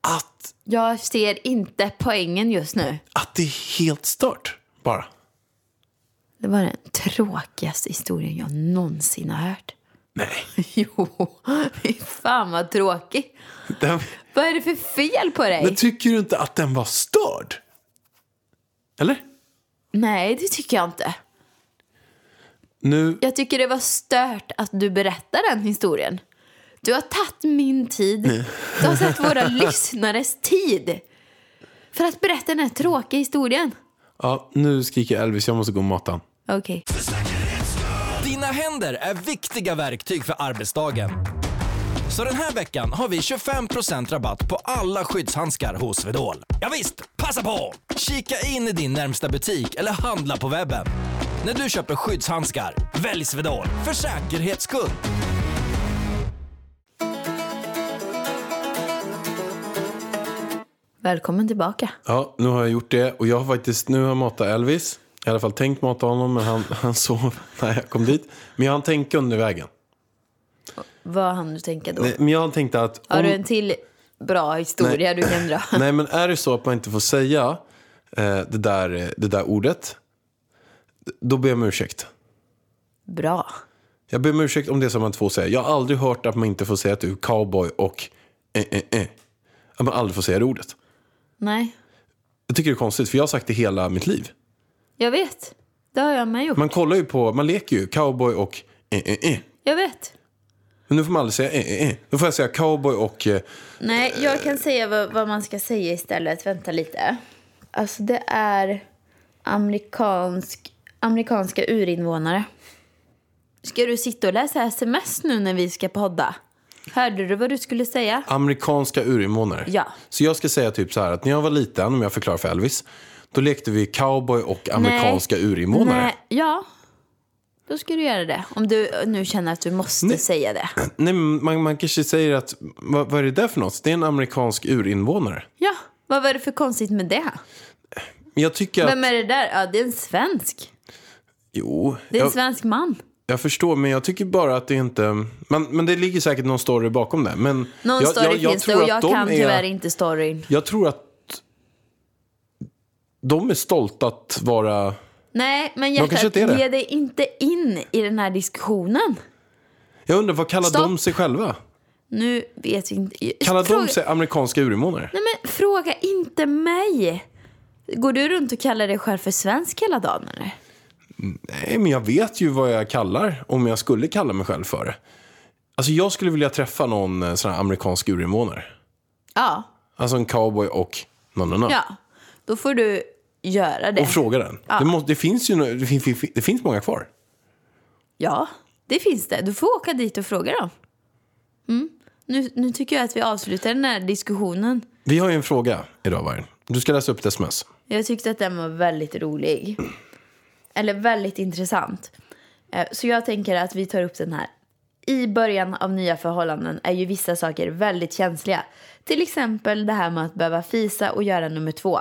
Speaker 3: Att
Speaker 2: Jag ser inte poängen just nu.
Speaker 3: att det är helt stört bara.
Speaker 2: Det var den tråkigaste historien jag någonsin har hört.
Speaker 3: Nej.
Speaker 2: Jo, fy fan vad tråkig.
Speaker 3: Den,
Speaker 2: Vad är det för fel på dig?
Speaker 3: men tycker du inte att den var störd? Eller?
Speaker 2: Nej, det tycker jag inte.
Speaker 3: Nu,
Speaker 2: Jag tycker det var stört att du berättar den historien. Du har tagit min tid. Du har tagit våra lyssnares tid. För att berätta den här tråkiga historien.
Speaker 3: ja, nu skriker Elvis, jag måste gå och mata han.
Speaker 2: Okej.
Speaker 4: Dina händer är viktiga verktyg för arbetsdagen. Så den här veckan har vi 25% rabatt på alla skyddshandskar hos Swedol. Ja visst, passa på! Kika in i din närmsta butik eller handla på webben. När du köper skyddshandskar, välj Swedol för säkerhets skull.
Speaker 2: Välkommen tillbaka.
Speaker 3: Ja, nu har jag gjort det och jag har faktiskt, nu har jag matat Elvis. I alla fall tänkt mata honom, men han, han sov när jag kom dit. Men jag hann tänka under vägen.
Speaker 2: Vad hann du tänka då?
Speaker 3: Nej, Men jag tänkte att...
Speaker 2: Har
Speaker 3: om-
Speaker 2: du en till bra historia du kan dra?
Speaker 3: Nej, men är det så att man inte får säga eh, det, där, eh, det där ordet, då ber jag om ursäkt.
Speaker 2: Bra.
Speaker 3: Jag ber om ursäkt om det som man inte får säga. Jag har aldrig hört att man inte får säga att du är cowboy och eh, eh, eh. Att man aldrig får säga det ordet.
Speaker 2: Nej,
Speaker 3: Jag tycker det är konstigt, för jag har sagt det hela mitt liv.
Speaker 2: jag vet. Det har jag med gjort.
Speaker 3: Man kollar ju på, man leker ju cowboy och eh, eh, eh.
Speaker 2: Jag vet.
Speaker 3: Men nu får man aldrig säga eh, eh, eh. Då får jag säga cowboy och... Eh,
Speaker 2: Nej, jag kan säga vad, vad man ska säga istället. Vänta lite. Alltså det är amerikansk, amerikanska urinvånare. Ska du sitta och läsa sms nu när vi ska podda? Hörde du vad du skulle säga?
Speaker 3: Amerikanska urinvånare.
Speaker 2: Ja.
Speaker 3: Så jag ska säga typ så här att när jag var liten, om jag förklarar för Elvis, då lekte vi cowboy och amerikanska urinvånare.
Speaker 2: Nej, ja. Då ska du göra det. Om du nu känner att du måste säga det.
Speaker 3: Nej, men man, man kanske säger att, vad, vad är det där för något? Det är en amerikansk urinvånare.
Speaker 2: Ja, vad var det för konstigt med det?
Speaker 3: Men Jag tycker att...
Speaker 2: Vem är det där? Ja, det är en svensk.
Speaker 3: Jo,
Speaker 2: Det är en
Speaker 3: jag,
Speaker 2: svensk man.
Speaker 3: jag förstår, men jag tycker bara att det inte... Men, men det ligger säkert någon story bakom det. Men
Speaker 2: Någon
Speaker 3: jag,
Speaker 2: story
Speaker 3: jag, jag
Speaker 2: finns
Speaker 3: tror
Speaker 2: det och
Speaker 3: att
Speaker 2: jag
Speaker 3: de
Speaker 2: kan
Speaker 3: är,
Speaker 2: tyvärr inte storyn.
Speaker 3: Jag tror att de är stolta att vara...
Speaker 2: Nej, men
Speaker 3: kanske
Speaker 2: hjärtat,
Speaker 3: inte är det.
Speaker 2: ge dig inte in i den här diskussionen.
Speaker 3: Jag undrar, vad kallar
Speaker 2: Stopp.
Speaker 3: de sig själva?
Speaker 2: Nu vet vi inte.
Speaker 3: Kallar
Speaker 2: fråga,
Speaker 3: de sig amerikanska urinvånare?
Speaker 2: Nej, men fråga inte mig. Går du runt och kallar dig själv för svensk hela dagen eller?
Speaker 3: Nej, men jag vet ju vad jag kallar, om jag skulle kalla mig själv för det. Alltså, jag skulle vilja träffa någon eh, sån här amerikansk urinvånare.
Speaker 2: Ja.
Speaker 3: Alltså en cowboy och no, no, no.
Speaker 2: Ja. Då får du göra det.
Speaker 3: Och fråga den. Det, måste, det finns ju no- det finns, det finns många kvar.
Speaker 2: ja, det finns det. Du får åka dit och fråga dem. Mm. Nu, nu tycker jag att vi avslutar den här diskussionen.
Speaker 3: Vi har ju en fråga idag, Vargen. Du ska läsa upp ett sms.
Speaker 2: Jag tyckte att den var väldigt rolig. Eller väldigt intressant. Eh, Så jag tänker att vi tar upp den här. I början av nya förhållanden är ju vissa saker väldigt känsliga. Till exempel det här med att behöva fisa och göra nummer två.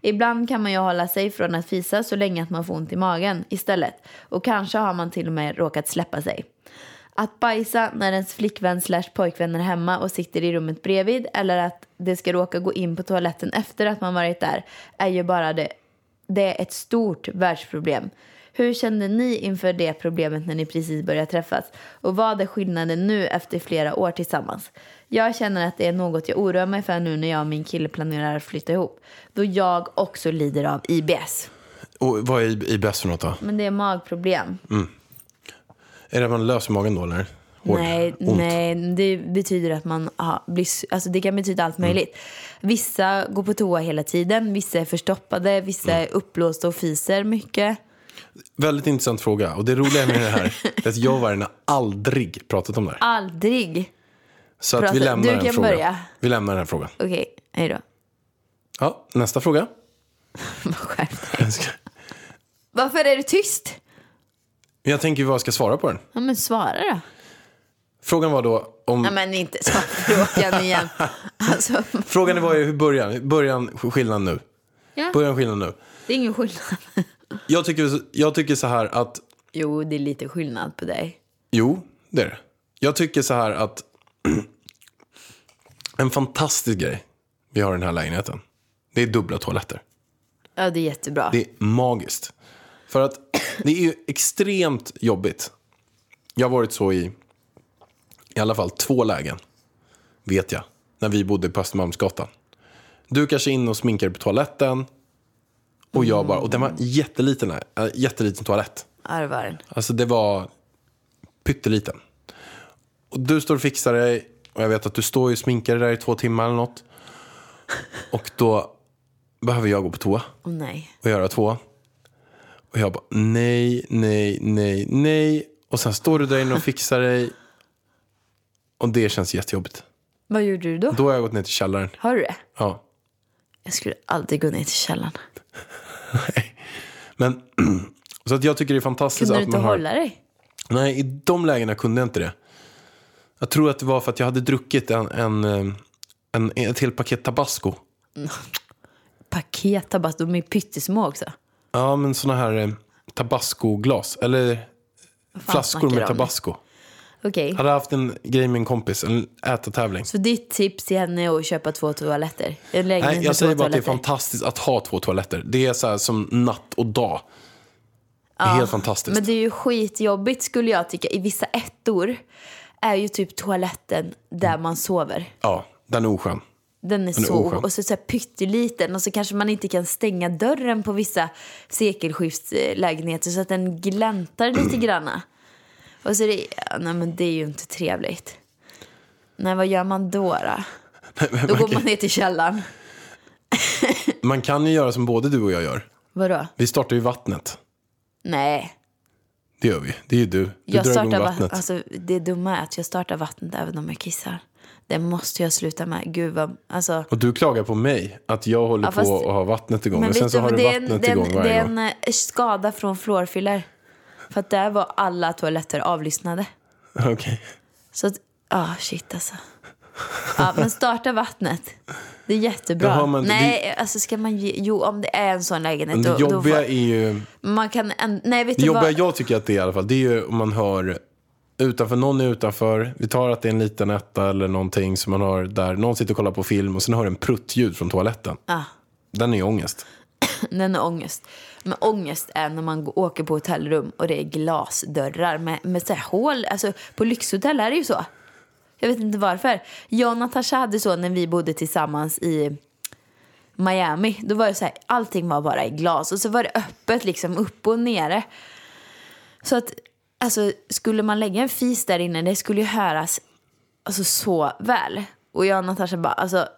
Speaker 2: Ibland kan man ju hålla sig från att fisa så länge att man får ont i magen istället. Och kanske har man till och med råkat släppa sig. Att bajsa när ens flickvän slash pojkvän är hemma och sitter i rummet bredvid eller att det ska råka gå in på toaletten efter att man varit där är ju bara det. Det är ett stort världsproblem. Hur kände ni inför det problemet när ni precis började träffas? Och vad är skillnaden nu efter flera år tillsammans? Jag känner att det är något jag oroar mig för nu när jag och min kille planerar att flytta ihop. Då jag också lider av IBS.
Speaker 3: Och vad är IBS för något då?
Speaker 2: Men det är magproblem.
Speaker 3: Är det att man löser magen då eller? Hård,
Speaker 2: Nej,
Speaker 3: ont?
Speaker 2: nej, det betyder att man ja, blir... s- Alltså det kan betyda allt möjligt. Vissa går på toa hela tiden, vissa är förstoppade, vissa är uppblåsta och fiser mycket.
Speaker 3: Väldigt intressant fråga. Och det roliga med det här är att jag och Vargen har aldrig pratat om det här.
Speaker 2: Aldrig.
Speaker 3: Så att vi
Speaker 2: pratat-
Speaker 3: lämnar
Speaker 2: du
Speaker 3: den
Speaker 2: kan
Speaker 3: frågan.
Speaker 2: börja.
Speaker 3: Vi lämnar den här frågan.
Speaker 2: Okej, hej då.
Speaker 3: Ja, nästa fråga.
Speaker 2: Skärp dig.
Speaker 3: Jag ska-
Speaker 2: Varför är du tyst?
Speaker 3: Jag tänker ju vad jag ska svara på den.
Speaker 2: Ja, men svara då.
Speaker 3: Frågan var då om...
Speaker 2: Nej, men inte svara på frågan igen. Alltså,
Speaker 3: Frågan var ju hur början, början skillnaden nu.
Speaker 2: ja,
Speaker 3: Början skillnaden nu.
Speaker 2: det är ingen skillnad.
Speaker 3: Jag tycker, jag tycker så här att
Speaker 2: Jo, det är lite skillnad på dig.
Speaker 3: Jo, det är det. Jag tycker så här att en fantastisk grej vi har i den här lägenheten, det är dubbla toaletter.
Speaker 2: Ja, det är jättebra.
Speaker 3: Det är magiskt. För att det är ju extremt jobbigt. Jag har varit så i i alla fall två lägen, vet jag, när vi bodde på Östermalmsgatan. Dukar sig in och sminkar på toaletten. Och jag bara, och den var jätteliten, äh, jätteliten toalett.
Speaker 2: Arvaren.
Speaker 3: Alltså det var pytteliten. Och du står och fixar dig och jag vet att du står och sminkar dig där i två timmar eller något. Och då behöver jag gå på toa
Speaker 2: Åh nej.
Speaker 3: och göra två. Och jag bara nej, nej, nej, nej. Och sen står du där inne och fixar dig. Och det känns jättejobbigt.
Speaker 2: Vad gjorde du då?
Speaker 3: Då har jag gått ner till källaren.
Speaker 2: Har du det?
Speaker 3: Ja.
Speaker 2: Jag skulle aldrig gå ner till källaren.
Speaker 3: Men, så att jag tycker det är fantastiskt
Speaker 2: Kunde du
Speaker 3: att
Speaker 2: inte
Speaker 3: man har...
Speaker 2: hålla dig?
Speaker 3: Nej, i de lägena kunde jag inte det. Jag tror att det var för att jag hade druckit en, en, eh, en, ett helt paket tabasco.
Speaker 2: Paket tabak, de är pyttesmå också.
Speaker 3: Ja, men såna här eh, tabascoglas. Eller flaskor
Speaker 2: snackar du
Speaker 3: med
Speaker 2: om?
Speaker 3: tabasco.
Speaker 2: Okej,
Speaker 3: Jag hade haft en grej med en kompis, en ätartävling.
Speaker 2: så ditt tips till henne är att köpa två toaletter? En lägenhet
Speaker 3: Nej,
Speaker 2: med
Speaker 3: jag säger
Speaker 2: två
Speaker 3: bara att det är
Speaker 2: toaletter.
Speaker 3: fantastiskt att ha två toaletter. Det är så här som natt och dag. Det är helt fantastiskt.
Speaker 2: Men det är ju skitjobbigt skulle jag tycka. I vissa ettor är ju typ toaletten där man sover.
Speaker 3: Ja, den är oskön.
Speaker 2: Den är
Speaker 3: Den är
Speaker 2: så...
Speaker 3: oskön.
Speaker 2: och så, så här pytteliten och så kanske man inte kan stänga dörren på vissa sekelskiftslägenheter så att den gläntar lite granna. Och så är det... ja, Nej men det är ju inte trevligt. Nej vad gör man då då? Då går man ner till källaren.
Speaker 3: Man kan ju göra som både du och jag gör.
Speaker 2: Vadå?
Speaker 3: Vi startar ju vattnet.
Speaker 2: Nej.
Speaker 3: Det gör vi. Det är ju du. Du
Speaker 2: Jag
Speaker 3: drar igång
Speaker 2: startar
Speaker 3: vattnet.
Speaker 2: vattnet. Alltså, det dumma är att jag startar vattnet även om jag kissar. Det måste jag sluta med. Gud vad... Alltså,
Speaker 3: Och du klagar på mig att jag håller
Speaker 2: Ja, fast-
Speaker 3: på att ha vattnet igång. Men,
Speaker 2: vet
Speaker 3: sen så har
Speaker 2: vad?
Speaker 3: du
Speaker 2: det är en-
Speaker 3: vattnet
Speaker 2: det är en-
Speaker 3: igång varje
Speaker 2: Det är
Speaker 3: gång.
Speaker 2: en eh, skada från fluorfiller. För att där var alla toaletter avlyssnade.
Speaker 3: Okej.
Speaker 2: Så att... Ah, shit alltså. Ja, men starta vattnet. Det är
Speaker 3: Då
Speaker 2: jättebra.
Speaker 3: har man-
Speaker 2: Nej, alltså ska man ge... Jo, om det är en sån
Speaker 3: Men
Speaker 2: lägenhet
Speaker 3: det
Speaker 2: då, då
Speaker 3: jobbiga
Speaker 2: får...
Speaker 3: är ju...
Speaker 2: Man kan... En... Nej, vet
Speaker 3: Det
Speaker 2: du vad?
Speaker 3: jobbiga jag tycker att det är i alla fall, det är ju om man hör utanför, någon är utanför, vi tar att det är en liten etta eller någonting som man har där, någon sitter och kollar på film och sen hör en pruttljud från toaletten.
Speaker 2: Ah.
Speaker 3: Den är ju ångest.
Speaker 2: Den är ångest. Men ångest är när man går- åker på hotellrum och det är glasdörrar med, med så här hål. Alltså, på lyxhotell är det ju så. Jag vet inte varför. Jag och Natasha hade så när vi bodde tillsammans i Miami. Då var det så här, allting var bara i glas och så var det öppet liksom upp och nere. Så att, alltså skulle man lägga en fis där inne, det skulle ju höras alltså, så väl. Och jag och Natasha bara, alltså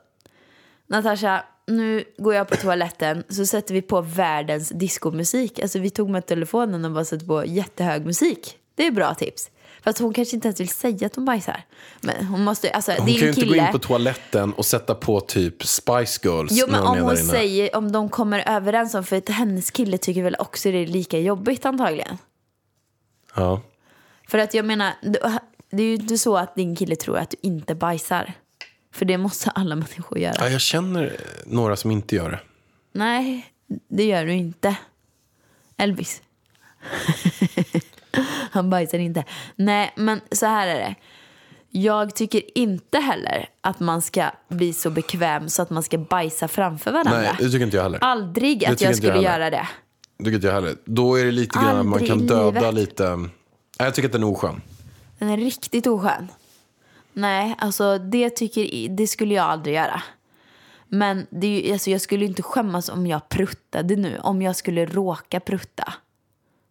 Speaker 2: Natasha, nu går jag på toaletten så sätter vi på världens discomusik. Alltså vi tog med telefonen och bara satte på jättehög musik. Det är bra tips. Fast hon kanske inte ens vill säga att hon bajsar. Men hon måste, alltså
Speaker 3: Hon
Speaker 2: det
Speaker 3: kan
Speaker 2: är
Speaker 3: ju
Speaker 2: en
Speaker 3: inte
Speaker 2: kille.
Speaker 3: gå in på toaletten och sätta på typ Spice Girls
Speaker 2: Jo men
Speaker 3: när hon
Speaker 2: om
Speaker 3: är
Speaker 2: hon
Speaker 3: där inne.
Speaker 2: säger, om de kommer överens om, för att hennes kille tycker väl också det är lika jobbigt antagligen.
Speaker 3: Ja.
Speaker 2: För att jag menar, det- det är ju inte så att din kille tror att du inte bajsar. För det måste alla människor göra.
Speaker 3: ja, jag känner några som inte gör det.
Speaker 2: Nej, det gör du inte. Elvis. Han bajsar inte. Nej, men så här är det. Jag tycker inte heller att man ska bli så bekväm så att man ska bajsa framför varandra.
Speaker 3: Nej, det tycker inte jag heller.
Speaker 2: Aldrig
Speaker 3: Det
Speaker 2: att
Speaker 3: tycker
Speaker 2: jag
Speaker 3: inte jag
Speaker 2: skulle
Speaker 3: heller.
Speaker 2: göra det.
Speaker 3: Tycker inte jag heller. Då är det lite grann att man
Speaker 2: Aldrig
Speaker 3: kan
Speaker 2: i
Speaker 3: döda
Speaker 2: livet.
Speaker 3: lite. Nej, jag tycker att den är oskön.
Speaker 2: Den är riktigt oskön. Nej, alltså det, tycker, i- det skulle jag aldrig göra. Men det är ju, alltså, jag skulle ju inte skämmas om jag pruttade nu. Om jag skulle råka prutta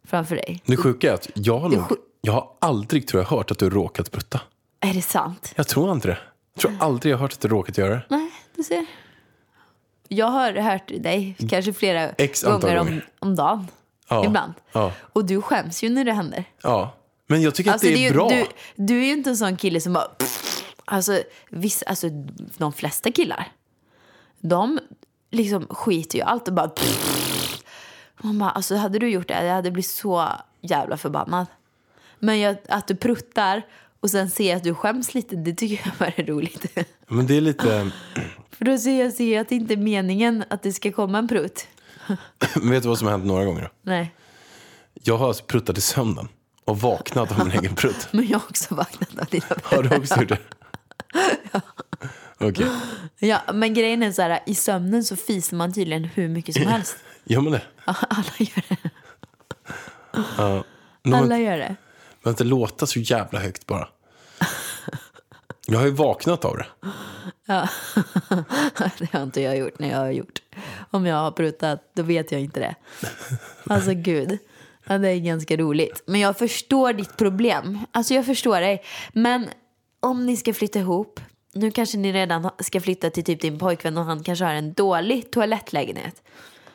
Speaker 2: framför dig.
Speaker 3: Det sjuka är att jag har, nog,
Speaker 2: sjuk-
Speaker 3: jag har aldrig tror jag hört att du råkat brutta.
Speaker 2: Är det sant?
Speaker 3: Jag tror inte det. Jag tror aldrig jag har hört att du råkat göra det.
Speaker 2: Nej, du ser. Jag har hört dig kanske flera
Speaker 3: X antal
Speaker 2: gånger om,
Speaker 3: gånger.
Speaker 2: om dagen.
Speaker 3: Ja,
Speaker 2: Ibland.
Speaker 3: ja.
Speaker 2: Och du skäms ju när det händer.
Speaker 3: Ja. Men jag tycker att det är,
Speaker 2: Alltså, ju-
Speaker 3: bra.
Speaker 2: Du, du är ju inte en sån kille som bara... Alltså, viss, alltså de flesta killar, de liksom skiter ju i allt och bara... Man bara, alltså hade du gjort det, jag hade blivit så jävla förbannad. Men jag, att du pruttar och sen ser att du skäms lite, det tycker jag bara är roligt.
Speaker 3: Men det är lite...
Speaker 2: För då ser jag, ser jag att det inte är meningen att det ska komma en prutt.
Speaker 3: Vet du vad som har hänt några gånger?
Speaker 2: Nej,
Speaker 3: Jag har alltså pruttat i sömnen och vaknat av min egen prutt.
Speaker 2: men jag har också vaknat av dina
Speaker 3: Har du också gjort det? Okej.
Speaker 2: Ja, men grejen är så här, i sömnen så fiser man tydligen hur mycket som helst.
Speaker 3: Gör man det?
Speaker 2: Ja, Alla gör det.
Speaker 3: Nå,
Speaker 2: Alla
Speaker 3: men,
Speaker 2: gör det.
Speaker 3: men inte låta så jävla högt bara. Jag har ju vaknat av det.
Speaker 2: Det har inte jag gjort när jag har gjort. Om jag har prutat, då vet jag inte det. Alltså gud. Ja, det är ganska roligt. Men jag förstår ditt problem. Alltså jag förstår dig. Men om ni ska flytta ihop. Nu kanske ni redan ska flytta till typ din pojkvän och han kanske har en dålig toalettlägenhet.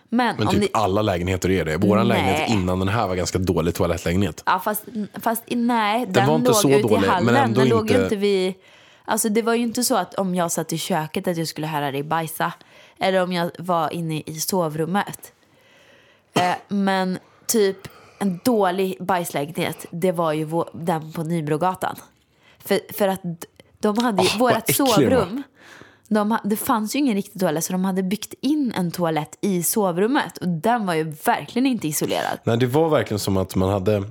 Speaker 2: Men,
Speaker 3: Men
Speaker 2: om
Speaker 3: typ
Speaker 2: ni...
Speaker 3: alla lägenheter är det. Vår
Speaker 2: Nej.
Speaker 3: lägenhet innan den här var ganska dålig toalettlägenhet.
Speaker 2: Ja, fast, fast nej, den,
Speaker 3: var inte
Speaker 2: låg
Speaker 3: så
Speaker 2: ute
Speaker 3: dålig,
Speaker 2: i
Speaker 3: men
Speaker 2: hallen.
Speaker 3: ändå
Speaker 2: den låg
Speaker 3: inte-
Speaker 2: ju inte vid... Alltså det var ju inte så att om jag satt i köket att jag skulle höra dig bajsa. Eller om jag var inne i sovrummet. Eh, men typ en dålig bajslägenhet, det var ju vår, den på Nybrogatan. För, för att d- de hade ju,
Speaker 3: Ah, vad
Speaker 2: vårat
Speaker 3: äcklig den
Speaker 2: sovrum, de, ha- det fanns ju ingen riktig toalett så de hade byggt in en toalett i sovrummet. Och den var ju verkligen inte isolerad.
Speaker 3: Nej, det var verkligen som att man hade...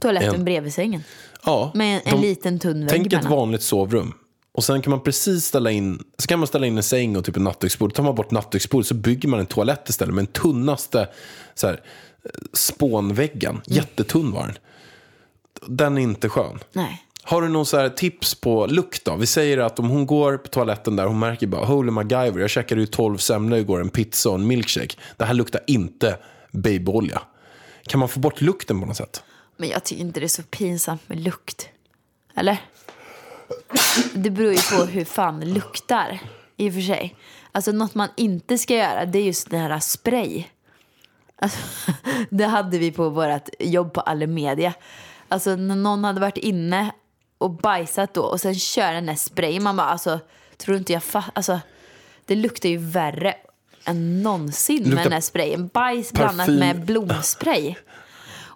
Speaker 2: Toaletten
Speaker 3: En-
Speaker 2: bredvid sängen.
Speaker 3: Ja,
Speaker 2: Med en, en liten tunn vägg
Speaker 3: Tänk ett
Speaker 2: mellan.
Speaker 3: vanligt sovrum. Och sen kan man precis ställa in, så kan man ställa in en säng och typ en nattduksbord. Tar man bort nattduksbordet så bygger man en toalett istället med den tunnaste så här, eh, spånväggen.
Speaker 2: Mm.
Speaker 3: Jättetunn var den. Den är inte skön.
Speaker 2: Nej.
Speaker 3: Har du någon så här tips på lukt då? Vi säger att om hon går på toaletten där, hon märker bara holy MacGyver, jag käkade ju 12 semlor igår, en pizza och en milkshake. Det här luktar inte babyolja. Kan man få bort lukten på något sätt?
Speaker 2: Men jag tycker inte det är så pinsamt med lukt. Eller? Det beror ju på hur fan det luktar. I och för sig. Alltså något man inte ska göra det är just den här spray. Alltså, det hade vi på vårt jobb på Allemedia. Alltså när någon hade varit inne och bajsat då och sen kör den där sprayen. Man bara alltså, tror inte jag fa- Alltså det luktar ju värre än någonsin
Speaker 3: Luktar
Speaker 2: med den här sprayen. Bajs blandat
Speaker 3: parfym.
Speaker 2: med blomspray.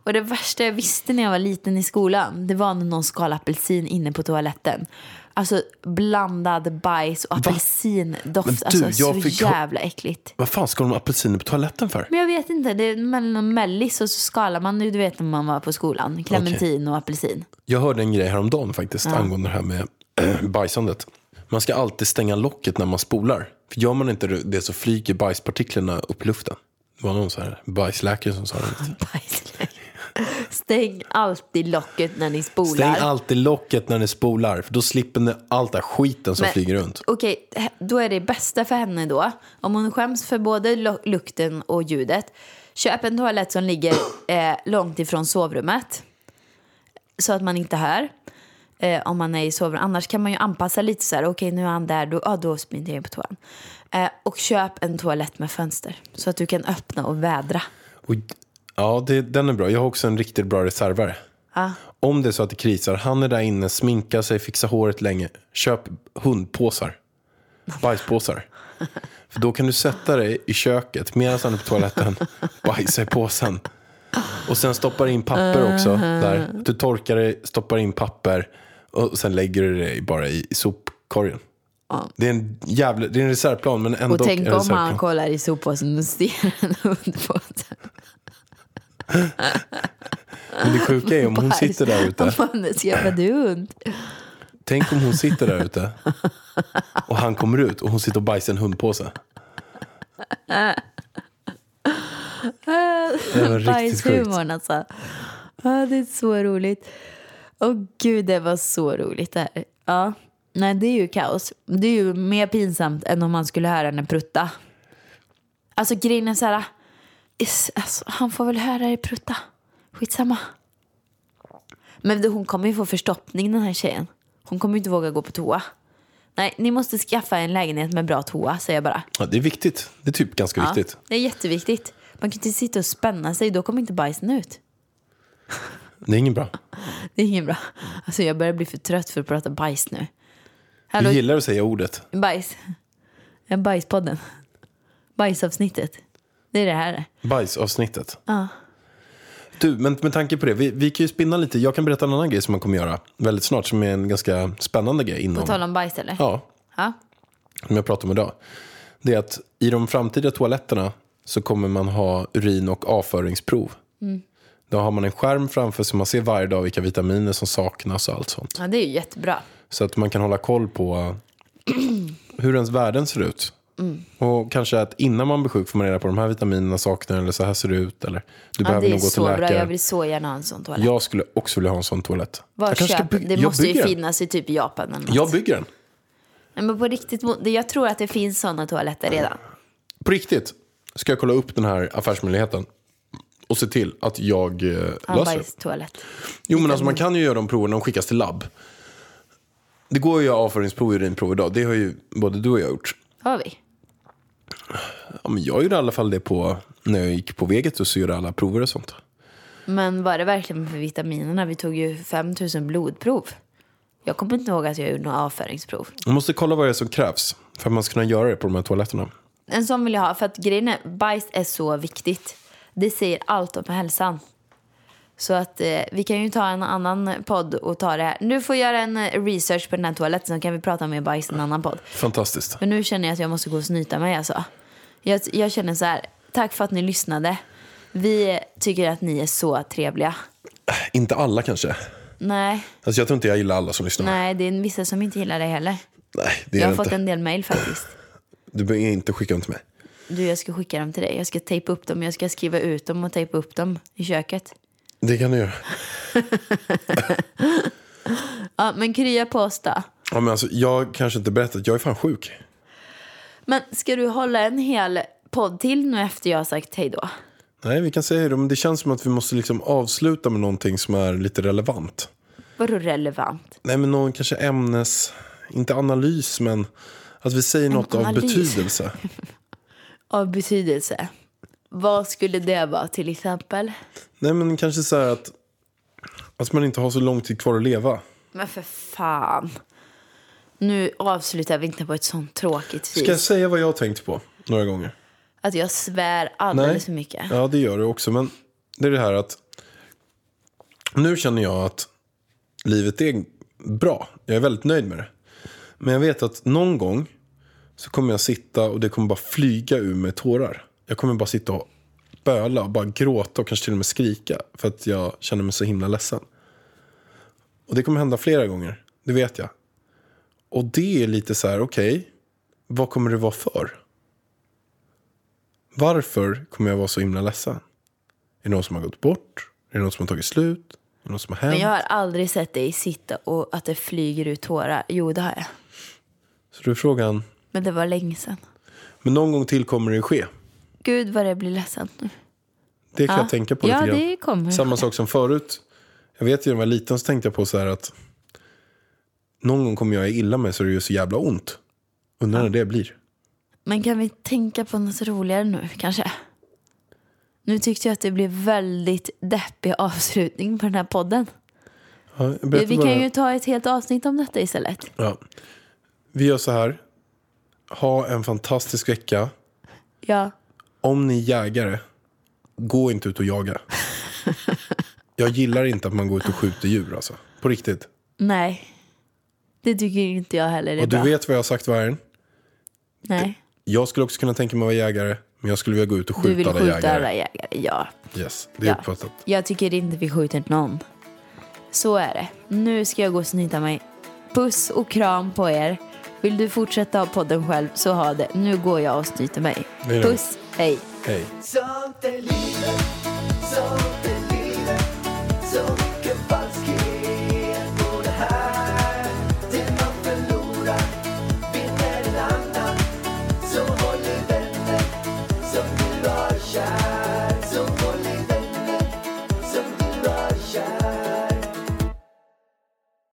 Speaker 2: Och det värsta jag visste när jag var liten i skolan, det var när någon skal apelsin inne på toaletten. Alltså blandad bajs och apelsindoft.
Speaker 3: Men du,
Speaker 2: alltså
Speaker 3: jag
Speaker 2: så
Speaker 3: fick-
Speaker 2: jävla äckligt.
Speaker 3: Vad fan ska de ha apelsiner på toaletten för?
Speaker 2: Men jag vet inte, det är mellan mellis och så skalar man nu, du vet när man var på skolan. Clementin och apelsin.
Speaker 3: Jag hörde en grej häromdagen faktiskt angående det här med bajsandet. Man ska alltid stänga locket när man spolar. För gör man inte det så flyger bajspartiklarna upp i luften. Det var någon så här bajsläkare som sa det.
Speaker 2: Bajslägg. Stäng alltid locket när ni spolar.
Speaker 3: Stäng alltid locket när ni spolar. För då slipper ni allt den här skiten som
Speaker 2: Men-
Speaker 3: flyger runt.
Speaker 2: Okej, då är det bästa för henne då, om hon skäms för både lo- lukten och ljudet, köp en toalett som ligger eh, långt ifrån sovrummet. Så att man inte hör. Eh, om man är i sovrummet. Annars kan man ju anpassa lite så här, okej nu är han där, då, ja, då smiter jag in på toan. Eh, och köp en toalett med fönster, så att du kan öppna och vädra.
Speaker 3: Och, ja, det, den är bra. Jag har också en riktigt bra reservare.
Speaker 2: Ah.
Speaker 3: Om det är så att det krisar, han är där inne, sminkar sig, fixar håret länge. Köp hundpåsar. Bajspåsar. För då kan du sätta dig i köket medan han är på toaletten, bajsa i påsen. Och sen stoppar in papper också. Där. Du torkar dig, stoppar in papper och sen lägger du dig bara i, i sopkorgen. Det, är en jävla, det är en reservplan men ändå
Speaker 2: Och tänk
Speaker 3: en
Speaker 2: om
Speaker 3: reservplan.
Speaker 2: han kollar i soppåsen och ser en hund på sig.
Speaker 3: Men det sjuka är om hon
Speaker 2: Bajs.
Speaker 3: sitter där ute.
Speaker 2: Om man skaffade hund.
Speaker 3: Tänk om hon sitter där ute och han kommer ut och hon sitter och bajsar en hundpåse. Det var riktigt sjukt.
Speaker 2: Bajshumorn alltså. Ja, det är så roligt. Åh gud, det var så roligt det här. Ja, nej det är ju kaos. Det är ju mer pinsamt än om man skulle höra henne prutta. Alltså grejen är så här. is- Alltså, han får väl höra det prutta. Skitsamma. Men det- hon kommer ju få förstoppning den här tjejen. Hon kommer ju inte våga gå på toa. Nej, ni måste skaffa en lägenhet med bra toa, säger jag bara.
Speaker 3: Ja, det är viktigt. Det är typ ganska viktigt.
Speaker 2: Ja, det är jätteviktigt. Man kan inte sitta och spänna sig, då kommer inte bajsen ut.
Speaker 3: Det är ingen bra.
Speaker 2: Det är ingen bra. Alltså jag börjar bli för trött för att prata bajs nu. Hallå,
Speaker 3: Du gillar att säga ordet.
Speaker 2: bajs. Ja, Bajspodden. Bajsavsnittet. Det är det här.
Speaker 3: Bajsavsnittet. Du, men med tanke på det, vi, vi kan ju spinna lite. Jag kan berätta en annan grej som man kommer göra väldigt snart, som är en ganska spännande grej
Speaker 2: På
Speaker 3: inom...
Speaker 2: tal om bajs eller?
Speaker 3: Ja,
Speaker 2: Ja.
Speaker 3: som jag pratade om idag. Det är att i de framtida toaletterna så kommer man ha urin och avföringsprov.
Speaker 2: Mm.
Speaker 3: Då har man en skärm framför sig, man ser varje dag vilka vitaminer som saknas och allt sånt.
Speaker 2: ja, det är ju jättebra.
Speaker 3: Så att man kan hålla koll på hur ens värden ser ut.
Speaker 2: Mm.
Speaker 3: Och kanske att innan man blir sjuk får man reda på de här vitaminerna saknar eller så här ser det ut. Eller
Speaker 2: Ja,
Speaker 3: du behöver
Speaker 2: det är
Speaker 3: nog gå till
Speaker 2: så bra.
Speaker 3: läkare.
Speaker 2: Jag
Speaker 3: Jag,
Speaker 2: vill så gärna ha en sån toalett.
Speaker 3: skulle också vilja ha en sån toalett.
Speaker 2: Var
Speaker 3: jag kanske ska
Speaker 2: köper-
Speaker 3: by-
Speaker 2: det
Speaker 3: jag
Speaker 2: måste ju
Speaker 3: bygger den.
Speaker 2: finnas i typ Japan eller något.
Speaker 3: Jag bygger den.
Speaker 2: Nej, men på riktigt, mo- det- jag tror att det finns såna toaletter redan.
Speaker 3: På riktigt ska jag kolla upp den här affärsmöjligheten och se till att jag eh,
Speaker 2: Ja,
Speaker 3: löser det.
Speaker 2: bajstoalett.
Speaker 3: Jo, men alltså, man kan ju göra de proverna och skickas till labb. Det går ju att göra avföringsprov och urinprov idag. Det har ju både du och jag gjort.
Speaker 2: Har vi?
Speaker 3: Ja, men jag gjorde i alla fall det på, när jag gick på Vegetus och gjorde alla prover och sånt.
Speaker 2: Men var det verkligen för vitaminerna? Vi tog ju 5000 blodprov. Jag kommer inte ihåg att jag gjorde några avföringsprov.
Speaker 3: Man måste kolla vad det är som krävs för att man ska kunna göra det på de här toaletterna.
Speaker 2: En sån vill jag ha, för att grejen är, bajs är så viktigt. Det säger allt om hälsan. Så att eh, vi kan ju ta en annan podd och ta det här. Du får göra en eh, research på den här toaletten så kan vi prata mer bajs i en annan podd.
Speaker 3: Fantastiskt.
Speaker 2: För nu känner jag att jag måste gå och snyta mig alltså. Jag, jag känner så här, tack för att ni lyssnade. Vi tycker att ni är så trevliga.
Speaker 3: Inte alla kanske.
Speaker 2: Nej,
Speaker 3: Alltså, jag tror inte jag gillar alla som lyssnar.
Speaker 2: nej,
Speaker 3: Nej,
Speaker 2: det är vissa som inte gillar det heller.
Speaker 3: det är
Speaker 2: Jag har
Speaker 3: det
Speaker 2: fått
Speaker 3: inte.
Speaker 2: en del mail faktiskt.
Speaker 3: Du behöver inte skicka dem till mig.
Speaker 2: Du, jag ska skicka dem till dig. Jag ska tejpa upp dem. Jag ska skriva ut dem och tejpa upp dem i köket.
Speaker 3: Det kan du göra.
Speaker 2: Ja, men krya på oss då.
Speaker 3: Ja, men alltså, jag kanske inte berättat, jag är fan sjuk.
Speaker 2: Men ska du hålla en hel podd till nu efter jag har sagt hej då?
Speaker 3: Nej, vi kan säga hej då, men det känns som att vi måste liksom avsluta med någonting som är lite relevant.
Speaker 2: Vadå relevant?
Speaker 3: Nej, men någon kanske ämnes... Inte analys, men att vi säger något av
Speaker 2: analys.
Speaker 3: betydelse.
Speaker 2: Av betydelse. Vad skulle det vara till exempel?
Speaker 3: Nej, men kanske så här att, att man inte har så lång tid kvar att leva.
Speaker 2: Men för fan. Nu avslutar vi inte på ett sånt tråkigt vis.
Speaker 3: Ska jag säga vad jag har tänkt på några gånger?
Speaker 2: Att jag svär alldeles för mycket.
Speaker 3: Ja, det gör du också. Men det är det här att nu känner jag att livet är bra. Jag är väldigt nöjd med det. Men jag vet att någon gång så kommer jag sitta och det kommer bara flyga ur mig tårar. Jag kommer bara sitta och böla och bara gråta och kanske till och med skrika för att jag känner mig så himla ledsen. Och det kommer hända flera gånger, det vet jag. Och det är lite så här, okej, vad kommer det vara för? Varför kommer jag vara så himla ledsen? Är det någon som har gått bort? Är det någon som har tagit slut? Är det något som har hänt?
Speaker 2: Men jag har aldrig sett dig sitta och att det flyger ut tårar. Jo, det har jag.
Speaker 3: Så då är frågan,
Speaker 2: Men det var länge sedan.
Speaker 3: men någon gång till kommer det ske.
Speaker 2: Gud vad det blir ledsamt nu.
Speaker 3: Det kan
Speaker 2: Ja.
Speaker 3: jag tänka på
Speaker 2: Ja,
Speaker 3: lite grann.
Speaker 2: det kommer.
Speaker 3: Samma sak som förut. Jag vet ju när jag var liten så tänkte jag på så här att någon gång kommer jag illa mig så det gör så jävla ont. Undrar när det blir.
Speaker 2: Men kan vi tänka på något roligare nu kanske? Nu tyckte jag att det blev väldigt deppig avslutning på den här podden.
Speaker 3: Ja, jag
Speaker 2: Vi,
Speaker 3: berättar
Speaker 2: vi
Speaker 3: bara-
Speaker 2: kan ju ta ett helt avsnitt om detta istället.
Speaker 3: ja. Vi gör så här. Ha en fantastisk vecka.
Speaker 2: Ja,
Speaker 3: Om ni är jägare, gå inte ut och jaga. Jag gillar inte att man går ut och skjuter djur alltså. På riktigt.
Speaker 2: nej. Det tycker inte jag heller är
Speaker 3: Och du
Speaker 2: bra.
Speaker 3: vet vad jag har sagt vargen.
Speaker 2: Nej.
Speaker 3: Jag skulle också kunna tänka mig att vara jägare. Men jag skulle vilja gå ut och
Speaker 2: Du
Speaker 3: skjuta
Speaker 2: vill
Speaker 3: alla
Speaker 2: skjuta
Speaker 3: jägare.
Speaker 2: alla jägare, ja.
Speaker 3: Yes, det är
Speaker 2: ja.
Speaker 3: uppfattat.
Speaker 2: Jag tycker inte vi skjuter någon. Så är det. Nu ska jag gå och snyta mig. Puss och kram på er. Vill du fortsätta ha podden själv så ha det. Nu går jag och snyter mig.
Speaker 3: Det är lugnt.
Speaker 2: Puss, hej.
Speaker 3: Hej.
Speaker 1: Sånt är livet, sånt